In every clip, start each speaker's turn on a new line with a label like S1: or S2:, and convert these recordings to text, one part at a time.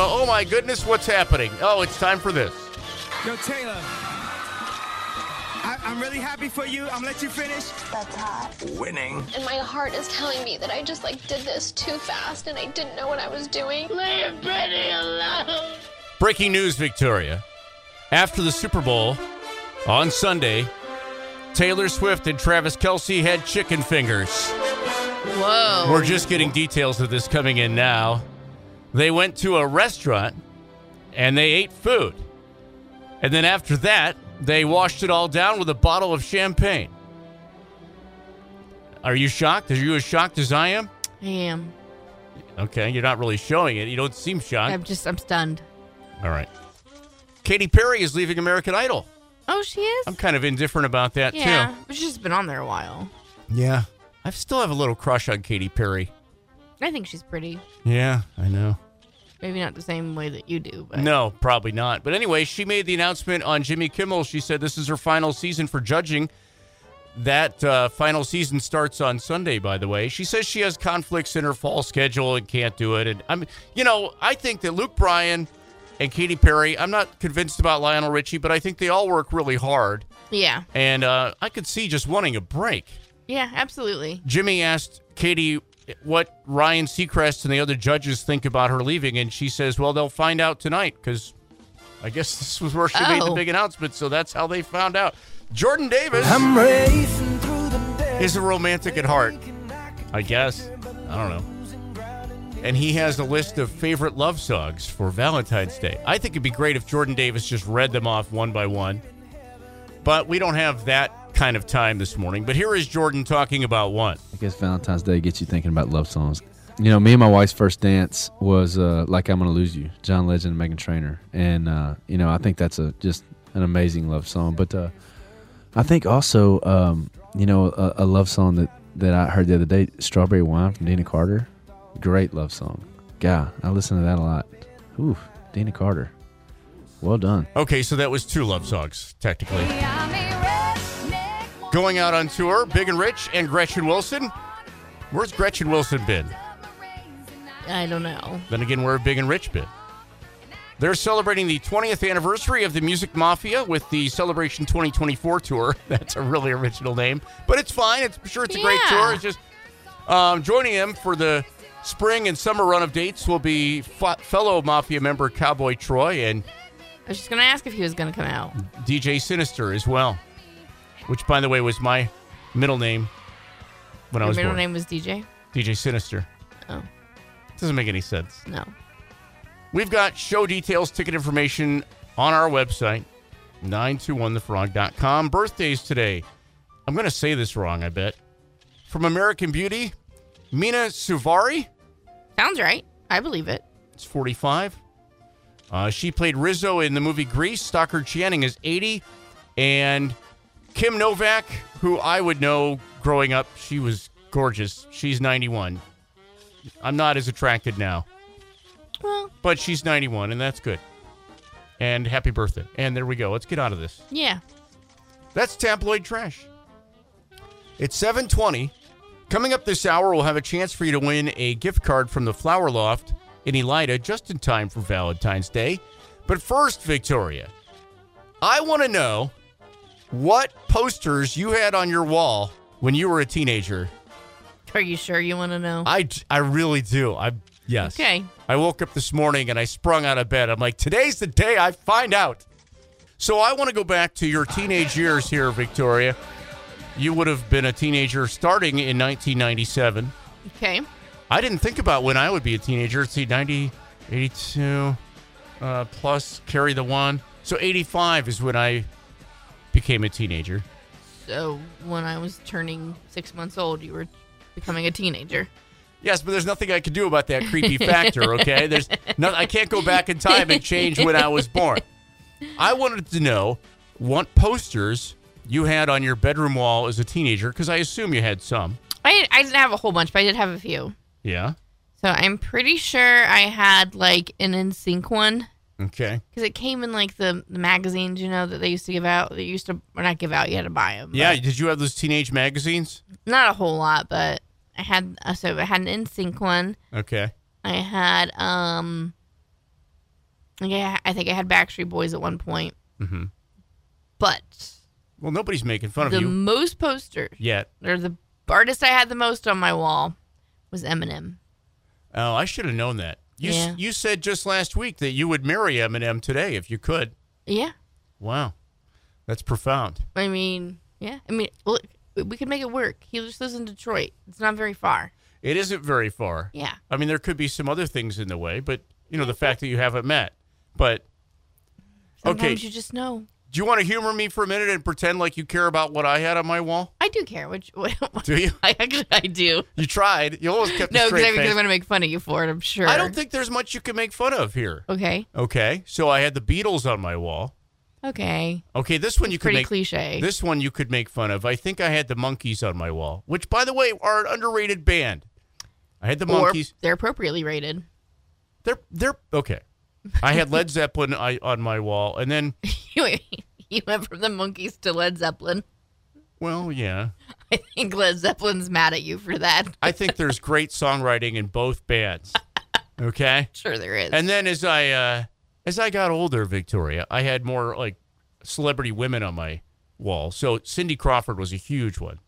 S1: Uh, oh, my goodness, what's happening? Oh, it's time for this.
S2: Yo, Taylor. I, I'm really happy for you. I'm gonna let you finish.
S3: That's hot.
S4: Winning.
S5: And my heart is telling me that I just like did this too fast and I didn't know what I was doing.
S6: Leave Benny alone.
S1: Breaking news, Victoria. After the Super Bowl on Sunday, Taylor Swift and Travis Kelsey had chicken fingers.
S7: Whoa.
S1: We're just getting details of this coming in now. They went to a restaurant and they ate food. And then after that, they washed it all down with a bottle of champagne. Are you shocked? Are you as shocked as I am?
S7: I am.
S1: Okay, you're not really showing it. You don't seem shocked.
S7: I'm just, I'm stunned.
S1: All right. Katy Perry is leaving American Idol.
S7: Oh, she is?
S1: I'm kind of indifferent about that
S7: yeah. But she's been on there a while.
S1: too. Yeah. I still have a little crush on Katy Perry.
S7: I think she's pretty.
S1: Yeah, I know.
S7: Maybe not the same way that you do, but
S1: No, probably not. But anyway, she made the announcement on Jimmy Kimmel. She said this is her final season for judging. That uh, final season starts on Sunday, by the way. She says she has conflicts in her fall schedule and can't do it. And I'm, you know, I think that Luke Bryan and Katy Perry. I'm not convinced about Lionel Richie, but I think they all work really hard.
S7: yeah.
S1: And uh, I could see just wanting a break.
S7: Yeah, absolutely.
S1: Jimmy asked Katie what Ryan Seacrest and the other judges think about her leaving, and she says, "Well, they'll find out tonight because I guess this was where she made the
S7: Oh.
S1: big announcement, so that's how they found out." Jordan Davis is a romantic at heart, I guess. I don't know. And he has a list of favorite love songs for Valentine's Day. I think it'd be great if Jordan Davis just read them off one by one. But we don't have that kind of time this morning. But here is Jordan talking about one.
S8: I guess Valentine's Day gets you thinking about love songs. You know, me and my wife's first dance was uh, "Like I'm Gonna Lose You," John Legend and Megan Trainor, and uh, you know, I think that's a just an amazing love song. But uh, I think also, um, you know, a, a love song that that I heard the other day, "Strawberry Wine" from Dina Carter, great love song. God, I listen to that a lot. Ooh, Dina Carter, well done.
S1: Okay, so that was two love songs, technically. Going out on tour, Big and Rich and Gretchen Wilson. Where's Gretchen Wilson been?
S7: I don't know.
S1: Then again, where have Big and Rich been? They're celebrating the 20th anniversary of the Music Mafia with the Celebration 2024 tour. That's a really original name, but it's fine. It's I'm sure it's a great
S7: Yeah.
S1: tour. It's just um, joining them for the spring and summer run of dates will be fo- fellow Mafia member Cowboy Troy and
S7: I was just gonna ask if he was gonna come out.
S1: DJ Sinister as well, which, by the way, was my middle name when I
S7: Your
S1: was
S7: middle
S1: born.
S7: name was DJ.
S1: DJ Sinister.
S7: Oh.
S1: Doesn't make any sense.
S7: No.
S1: We've got show details, ticket information on our website, 921thefrog.com. Birthdays today. I'm going to say this wrong, I bet. From American Beauty, Mina Suvari.
S7: Sounds right. I believe it.
S1: It's 45. Uh, she played Rizzo in the movie Grease. Stockard Channing is 80. And Kim Novak, who I would know growing up, she was gorgeous. She's 91. I'm not as attracted now,
S7: Well,
S1: but she's 91, and that's good. And happy birthday. And there we go. Let's get out of this.
S7: yeah.
S1: That's tabloid trash. It's 720. Coming up this hour, we'll have a chance for you to win a gift card from the Flower Loft in Elida just in time for Valentine's Day. But first, Victoria, I want to know what posters you had on your wall when you were a teenager.
S7: Are you sure you wanna know?
S1: I, d- I really do. I yes.
S7: Okay.
S1: I woke up this morning and I sprung out of bed. I'm like, today's the day I find out. So I want to go back to your teenage years here, Victoria. You would have been a teenager starting in 1997.
S7: Okay.
S1: I didn't think about when I would be a teenager. See, 90, 82, uh, plus carry the one. So 85 is when I became a teenager.
S7: So when I was turning six months old, you were becoming a teenager.
S1: Yes, but there's nothing I can do about that creepy factor, okay? There's no, I can't go back in time and change when I was born. I wanted to know what posters you had on your bedroom wall as a teenager because I assume you had some.
S7: I I didn't have a whole bunch, but I did have a few.
S1: Yeah.
S7: So I'm pretty sure I had like an in sync one
S1: Okay.
S7: because it came in like the, the magazines, you know, that they used to give out. They used to or not give out. You had to buy them.
S1: Yeah, did you have those teenage magazines?
S7: not a whole lot, but I had uh, so I had an in sync one.
S1: Okay.
S7: I had um Like I, I think I had Backstreet Boys at one point.
S1: Mhm.
S7: But
S1: Well, nobody's making fun of
S7: the
S1: you
S7: most posters,
S1: yet.
S7: or the artist I had the most on my wall, was Eminem.
S1: Oh, I should have known that. You s-
S7: Yeah.
S1: you said just last week that you would marry Eminem today if you could.
S7: Yeah,
S1: Wow, that's profound.
S7: I mean, yeah, I mean, look, we could make it work. He just lives in Detroit. It's not very far.
S1: It isn't very far.
S7: Yeah,
S1: I mean, there could be some other things in the way, but you know the fact that you haven't met. But
S7: sometimes
S1: okay,
S7: you just know.
S1: do you want to humor me for a minute and pretend like you care about what I had on my wall?
S7: I do care. Which what,
S1: Do you?
S7: I actually I do.
S1: You tried. You always kept a
S7: No, because
S1: straight
S7: I'm
S1: face.
S7: going to make fun of you for it. I'm sure.
S1: I don't think there's much you can make fun of here.
S7: Okay.
S1: Okay, so I had the Beatles on my wall.
S7: Okay.
S1: Okay, this one you could
S7: Pretty
S1: make
S7: cliche.
S1: This one you could make fun of. I think I had the Monkeys on my wall, which, by the way, are an underrated band. I had the
S7: or
S1: Monkeys.
S7: they're appropriately rated.
S1: They're they're okay. I had Led Zeppelin I, on my wall, and then
S7: you went from the monkeys to Led Zeppelin.
S1: well, yeah.
S7: I think Led Zeppelin's mad at you for that.
S1: I think there's great songwriting in both bands. Okay,
S7: Sure, there is.
S1: and then as I uh, as I got older, Victoria, I had more like celebrity women on my wall. So Cindy Crawford was a huge one.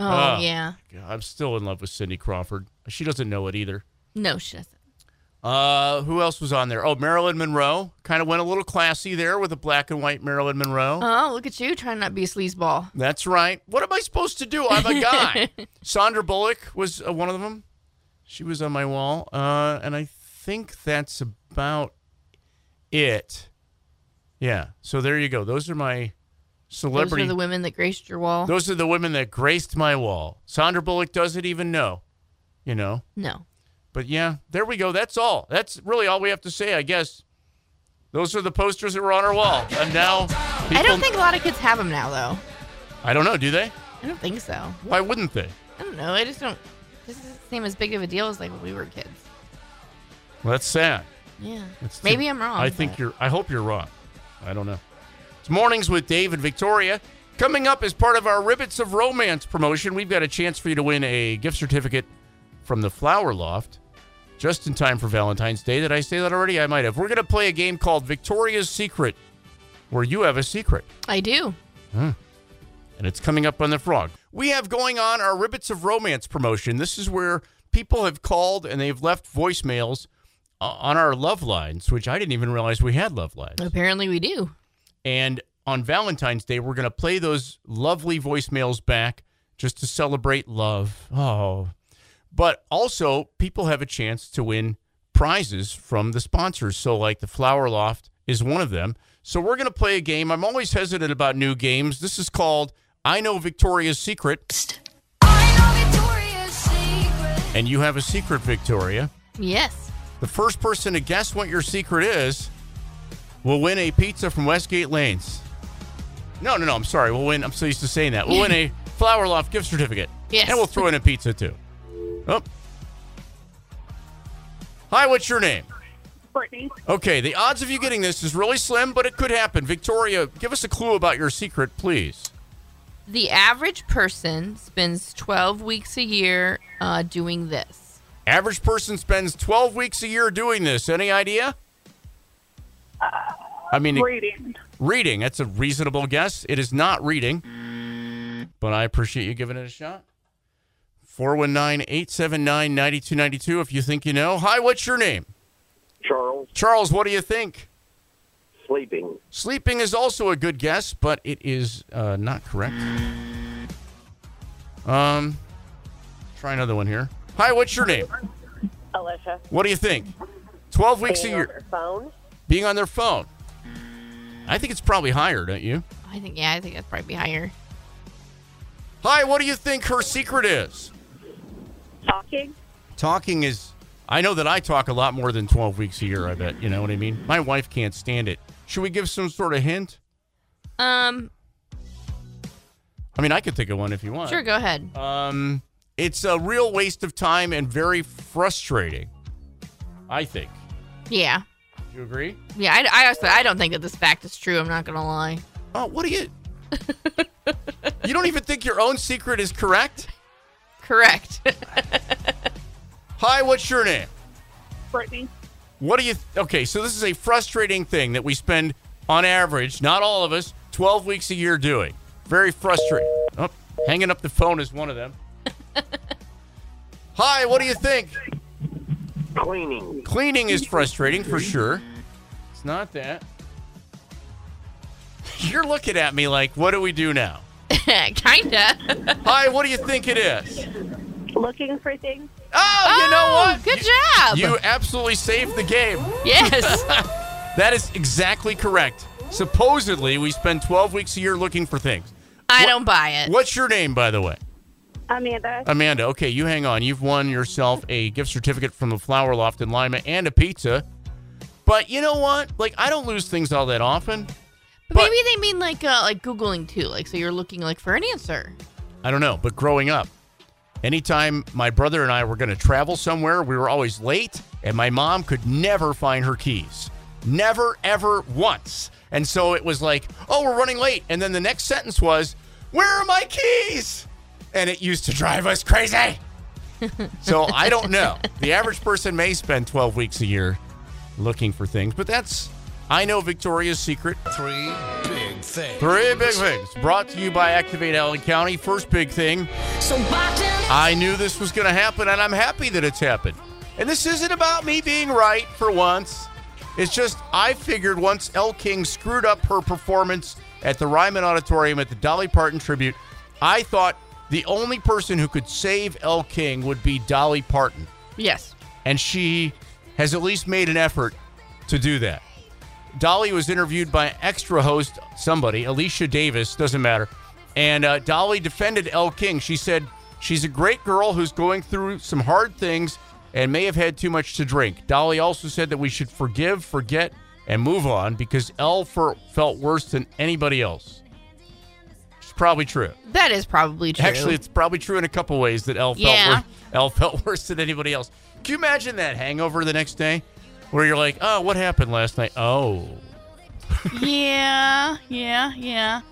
S7: oh
S1: uh,
S7: yeah.
S1: God, I'm still in love with Cindy Crawford. She doesn't know it either.
S7: No, she doesn't.
S1: Uh, who else was on there? Oh, Marilyn Monroe. Kind of went a little classy there with a black and white Marilyn Monroe.
S7: Oh, look at you trying not to be a sleazeball.
S1: That's right. What am I supposed to do? I'm a guy. Sandra Bullock was uh, one of them. She was on my wall. Uh, and I think that's about it. Yeah. So there you go. Those are my
S7: Those
S1: celebrity.
S7: are the women that graced your wall.
S1: those are the women that graced my wall. Sandra Bullock doesn't even know, you know.
S7: No.
S1: But yeah, there we go. That's all. That's really all we have to say, I guess. Those are the posters that were on our wall, and now people,
S7: I don't think a lot of kids have them now, though.
S1: I don't know. Do they?
S7: I don't think so.
S1: Why wouldn't they?
S7: I don't know. I just don't. This doesn't seem as big of a deal as like when we were kids.
S1: Well, that's sad.
S7: Yeah.
S1: That's too-
S7: Maybe I'm wrong.
S1: I think
S7: but-
S1: you're. I hope you're wrong. I don't know. It's mornings with Dave and Victoria. Coming up as part of our Ribbits of Romance promotion, we've got a chance for you to win a gift certificate from the Flower Loft, just in time for Valentine's Day. Did I say that already? I might have. We're going to play a game called Victoria's Secret, where you have a secret.
S7: I do.
S1: and it's coming up on the frog. We have going on our Ribbits of Romance promotion. This is where people have called and they've left voicemails uh, on our love lines, which I didn't even realize we had love lines.
S7: Apparently, we do.
S1: And on Valentine's Day, we're going to play those lovely voicemails back just to celebrate love. Oh. But also, people have a chance to win prizes from the sponsors. So, like the Flower Loft is one of them. So, we're going to play a game. I'm always hesitant about new games. This is called I Know Victoria's Secret. And you have a secret, Victoria.
S7: Yes.
S1: The first person to guess what your secret is will win a pizza from Westgate Lanes. No, no, no. I'm sorry. We'll win. I'm so used to saying that. We'll win a Flower Loft gift certificate.
S7: Yes.
S1: And we'll throw in a pizza too. Oh. Hi, what's your name?
S3: Courtney.
S1: Okay, the odds of you getting this is really slim, but it could happen. Victoria, give us a clue about your secret, please.
S7: The average person spends 12 weeks a year uh, doing this.
S1: Average person spends 12 weeks a year doing this. Any idea? I mean, it-
S3: Reading.
S1: Reading. That's a reasonable guess. It is not reading. But I appreciate you giving it a shot. 419 879 9292 if you think you know. Hi, what's your name?
S4: Charles
S1: Charles, what do you think?
S4: sleeping.
S1: Sleeping is also a good guess, but it is uh, not correct. Um, try another one here. Hi, what's your name?
S3: Alicia.
S1: What do you think? 12 weeks
S3: Being
S1: a
S3: on
S1: year
S3: their phone.
S1: being on their phone. I think it's probably higher, don't you?
S7: I think, yeah, I think that's probably higher.
S1: Hi, what do you think her secret is?
S3: Talking.
S1: talking is I know that I talk a lot more than 12 weeks a year, I bet, you know what I mean? My wife can't stand it. Should we give some sort of hint?
S7: Um,
S1: I mean, I could think of one if you want.
S7: sure, go ahead.
S1: Um it's a real waste of time and very frustrating. I think.
S7: Yeah.
S1: Do you agree?
S7: Yeah, I, I also I don't think that this fact is true. I'm not gonna lie.
S1: Oh, what do you You don't even think your own secret is correct?
S7: Correct.
S1: Hi, what's your name?
S3: Brittany.
S1: What do you? Okay, so this is a frustrating thing that we spend, on average, not all of us, 12 weeks a year doing. Very frustrating. Oh, hanging up the phone is one of them. Hi, what do you think?
S4: cleaning,
S1: Cleaning is frustrating for sure. It's not that. You're looking at me like, what do we do now?
S7: Kinda.
S1: Hi, what do you think it is?
S3: Looking for things.
S1: Oh, you know
S7: Oh,
S1: what?
S7: Good job.
S1: You absolutely saved the game.
S7: yes.
S1: That is exactly correct. Supposedly, we spend 12 weeks a year looking for things.
S7: I don't buy it.
S1: What's your name, by the way?
S3: Amanda.
S1: Amanda. Okay, you hang on. You've won yourself a gift certificate from the Flower Loft in Lima and a pizza. But you know what? Like, I don't lose things all that often.
S7: But
S1: But-
S7: maybe they mean like uh, like googling too, like so you're looking like for an answer.
S1: I don't know, but growing up, anytime my brother and I were going to travel somewhere, we were always late, and my mom could never find her keys. Never, ever once. And so it was like, oh, we're running late. And then the next sentence was, where are my keys? And it used to drive us crazy. so I don't know. The average person may spend 12 weeks a year looking for things, but that's, I know Victoria's Secret.
S9: Three big things.
S1: Three big things brought to you by Activate Allen County. First big thing. I knew this was going to happen, and I'm happy that it's happened. And this isn't about me being right for once. It's just I figured once El King screwed up her performance at the Ryman Auditorium at the Dolly Parton tribute, I thought the only person who could save El King would be Dolly Parton
S7: Yes.
S1: and she has at least made an effort to do that. Dolly was interviewed by extra host somebody, Alicia Davis, doesn't matter. And uh, Dolly defended El King. She said she's a great girl who's going through some hard things and may have had too much to drink. Dolly also said that we should forgive, forget, and move on because El for, felt worse than anybody else. It's probably true.
S7: That is probably true.
S1: Actually, it's probably true in a couple ways that Elle
S7: Yeah.
S1: felt worse, Elle felt worse than anybody else. Can you imagine that hangover the next day, where you're like, "Oh, what happened last night?" Oh,
S7: yeah, yeah, yeah.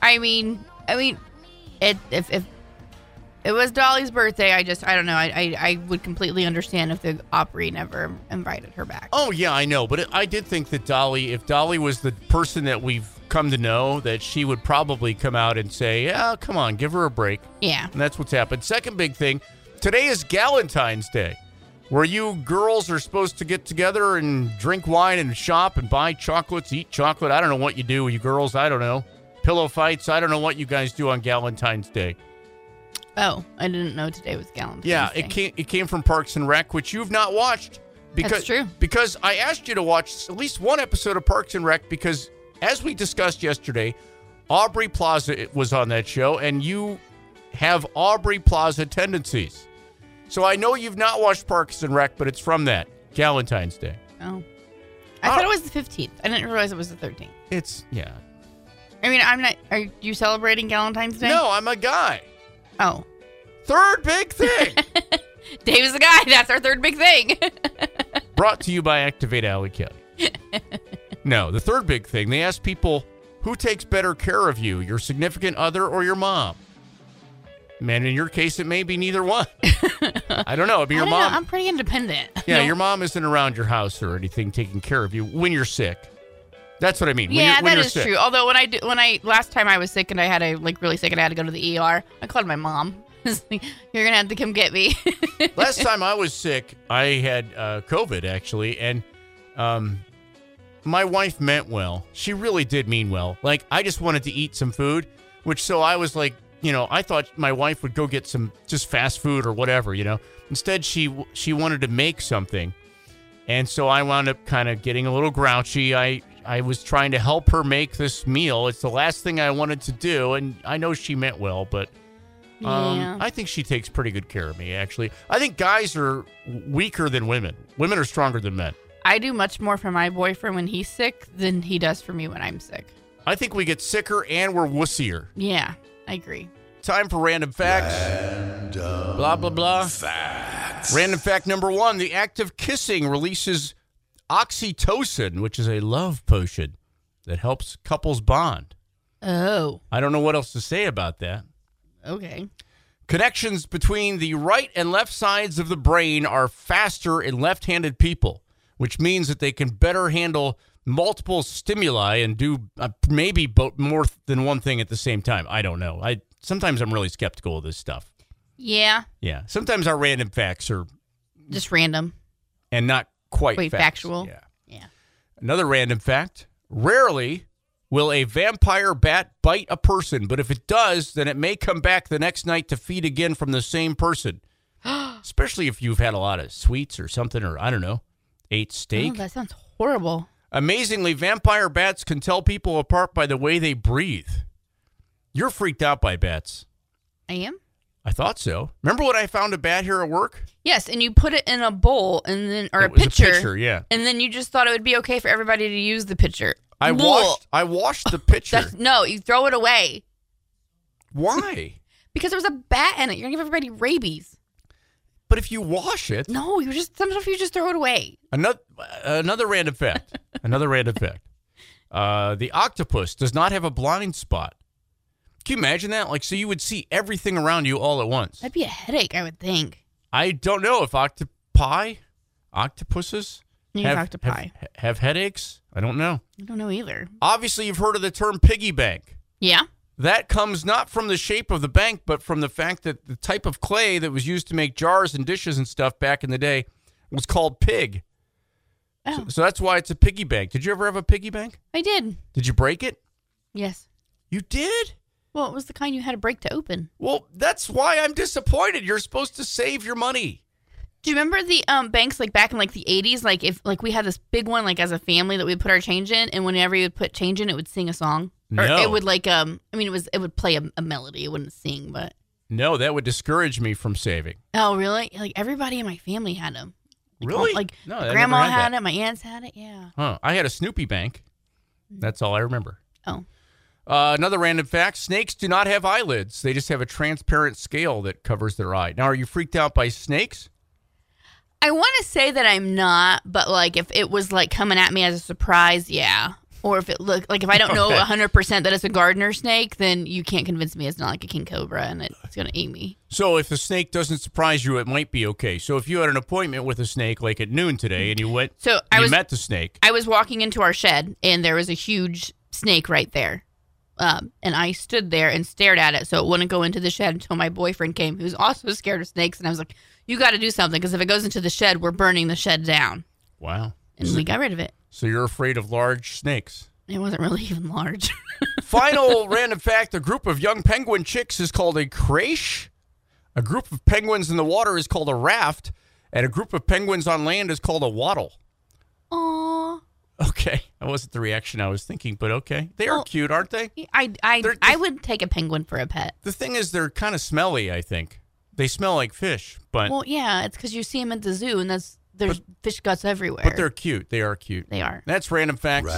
S7: I mean, I mean, it if if it was Dolly's birthday, I just I don't know. I I, I would completely understand if the Opry never invited her back.
S1: oh yeah, I know. But I did think that Dolly, if Dolly was the person that we've come to know, that she would probably come out and say, "Yeah, come on, give her a break."
S7: Yeah.
S1: And that's what's happened. Second big thing today is Galentine's Day, where you girls are supposed to get together and drink wine and shop and buy chocolates, eat chocolate. I don't know what you do, you girls. I don't know. Pillow fights. I don't know what you guys do on Galentine's Day.
S7: Oh, I didn't know today was Galentine's.
S1: Yeah,
S7: Day.
S1: it came, it came from Parks and Rec, which you've not watched. Because,
S7: That's true.
S1: Because I asked you to watch at least one episode of Parks and Rec because, as we discussed yesterday, Aubrey Plaza was on that show, and you have Aubrey Plaza tendencies. So I know you've not watched Parks and Rec, but it's from that Valentine's Day.
S7: Oh. I thought it was the fifteenth. I didn't realize it was the thirteenth.
S1: It's yeah.
S7: I mean, I'm not. Are you celebrating Galentine's Day?
S1: No, I'm a guy.
S7: Oh,
S1: Third big thing.
S7: Dave's the guy. That's our third big thing.
S1: brought to you by Activate Alley County. no, the third big thing, they asked people who takes better care of you, your significant other or your mom? Man, in your case, it may be neither one. I don't know. I mean, your mom.
S7: I don't Know, I'm pretty independent.
S1: yeah, your mom isn't around your house or anything taking care of you when you're sick. That's what I mean. When
S7: Yeah,
S1: you're, when
S7: that
S1: you're
S7: is
S1: sick.
S7: true. Although when I do, when I last time I was sick and I had a like really sick and I had to go to the ER, I called my mom. I was like, You're gonna have to come get me.
S1: Last time I was sick, I had uh, COVID actually, and um, my wife meant well. She really did mean well. Like I just wanted to eat some food, which so I was like, you know, I thought my wife would go get some just fast food or whatever, you know. Instead, she she wanted to make something, and so I wound up kind of getting a little grouchy. I I was trying to help her make this meal. It's the last thing I wanted to do, and I know she meant well, but um,
S7: yeah.
S1: I think she takes pretty good care of me, actually. I think guys are weaker than women. Women are stronger than men.
S7: I do much more for my boyfriend when he's sick than he does for me when I'm sick.
S1: I think we get sicker and we're wussier.
S7: Yeah, I agree.
S1: Time for random facts. blah, blah, blah. Facts. Random fact number one the act of kissing releases oxytocin, which is a love potion that helps couples bond.
S7: Oh,
S1: I don't know what else to say about that.
S7: okay.
S1: Connections between the right and left sides of the brain are faster in left handed people, which means that they can better handle multiple stimuli and do uh, maybe both more than one thing at the same time. I don't know. I sometimes I'm really skeptical of this stuff.
S7: Yeah,
S1: Yeah, sometimes our random facts are
S7: just random.
S1: and not quite
S7: Wait,
S1: facts.
S7: factual?
S1: Yeah.
S7: Yeah.
S1: Another random fact: rarely will a vampire bat bite a person, but if it does, then it may come back the next night to feed again from the same person. Especially if you've had a lot of sweets or something, or I don't know, ate
S7: Oh,
S1: steak.
S7: that sounds horrible.
S1: Amazingly, vampire bats can tell people apart by the way they breathe. You're freaked out by bats.
S7: I am.
S1: I thought so. Remember when I found a bat here at work?
S7: Yes, and you put it in a bowl and then or
S1: It
S7: a,
S1: was
S7: pitcher,
S1: a pitcher, yeah.
S7: and then you just thought it would be okay for everybody to use the pitcher.
S1: I
S7: Blech.
S1: washed. I washed the pitcher.
S7: That's no, you throw it away
S1: Why?
S7: because there was a bat in it. You're gonna give everybody rabies.
S1: But if you wash it,
S7: No, you just sometimes you just throw it away.
S1: another another random fact. Another random fact. Uh, the octopus does not have a blind spot. Can you imagine that? Like, so you would see everything around you all at once.
S7: That'd be a headache, I would think.
S1: I don't know if octopi, octopuses
S7: Yes, octopi.
S1: have have headaches. I don't know.
S7: I don't know either.
S1: Obviously, you've heard of the term piggy bank.
S7: Yeah,
S1: That comes not from the shape of the bank, but from the fact that the type of clay that was used to make jars and dishes and stuff back in the day was called pig. So,
S7: Oh.
S1: so that's why it's a piggy bank. Did you ever have a piggy bank?
S7: I did.
S1: Did you break it?
S7: Yes.
S1: You did?
S7: Well, it was the kind you had to break to open.
S1: Well, that's why I'm disappointed. You're supposed to save your money.
S7: Do you remember the um, banks like back in like the eighties? Like if like we had this big one like as a family that we would put our change in, and whenever you would put change in, it would sing a song. Or
S1: No.
S7: it would like um, I mean it was it would play a, a melody. It wouldn't sing, but
S1: No, that would discourage me from saving.
S7: oh really? Like everybody in my family had them.
S1: Really?
S7: Like
S1: No,
S7: my
S1: I
S7: grandma
S1: never
S7: had,
S1: had that.
S7: it, my aunts had it. Yeah.
S1: Huh. I had a Snoopy bank. That's all I remember.
S7: Oh.
S1: Uh, another random fact snakes do not have eyelids. They just have a transparent scale that covers their eye. Now, are you freaked out by snakes?
S7: I want to say that I'm not, but like if it was like coming at me as a surprise, yeah. Or if it looked like if I don't know
S1: Okay.
S7: 100% that it's a gardener snake, then you can't convince me it's not like a king cobra and it's going to eat me.
S1: So, if the snake doesn't surprise you, it might be okay. So, if you had an appointment with a snake like at noon today and you went,
S7: So I
S1: you
S7: was
S1: met the snake,
S7: I was walking into our shed and there was a huge snake right there. Um, and I stood there and stared at it so it wouldn't go into the shed until my boyfriend came, who's also scared of snakes. And I was like, You got to do something because if it goes into the shed, we're burning the shed down.
S1: wow.
S7: And we got rid of it.
S1: So, you're afraid of large snakes.
S7: It wasn't really even large.
S1: Final random fact a group of young penguin chicks is called a creche. A group of penguins in the water is called a raft. And a group of penguins on land is called a waddle.
S7: Aww.
S1: Okay. That wasn't the reaction I was thinking, but okay. They are
S7: Well-
S1: cute, aren't they?
S7: I, I,
S1: They're-
S7: I would take a penguin for a pet.
S1: The thing is, they're kind of smelly, I think. They smell like fish, but
S7: Well, yeah, it's because you see them at the zoo and that's there's fish guts everywhere.
S1: but they're cute. They are cute.
S7: They are.
S1: That's random facts.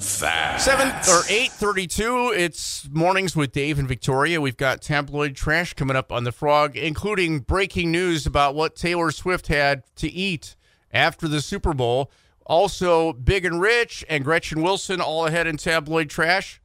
S9: Fact.
S1: Seven or eight thirty-two. It's mornings with Dave and Victoria. We've got tabloid trash coming up on the Frog, including breaking news about what Taylor Swift had to eat after the Super Bowl. Also, Big and Rich and Gretchen Wilson all ahead in tabloid trash.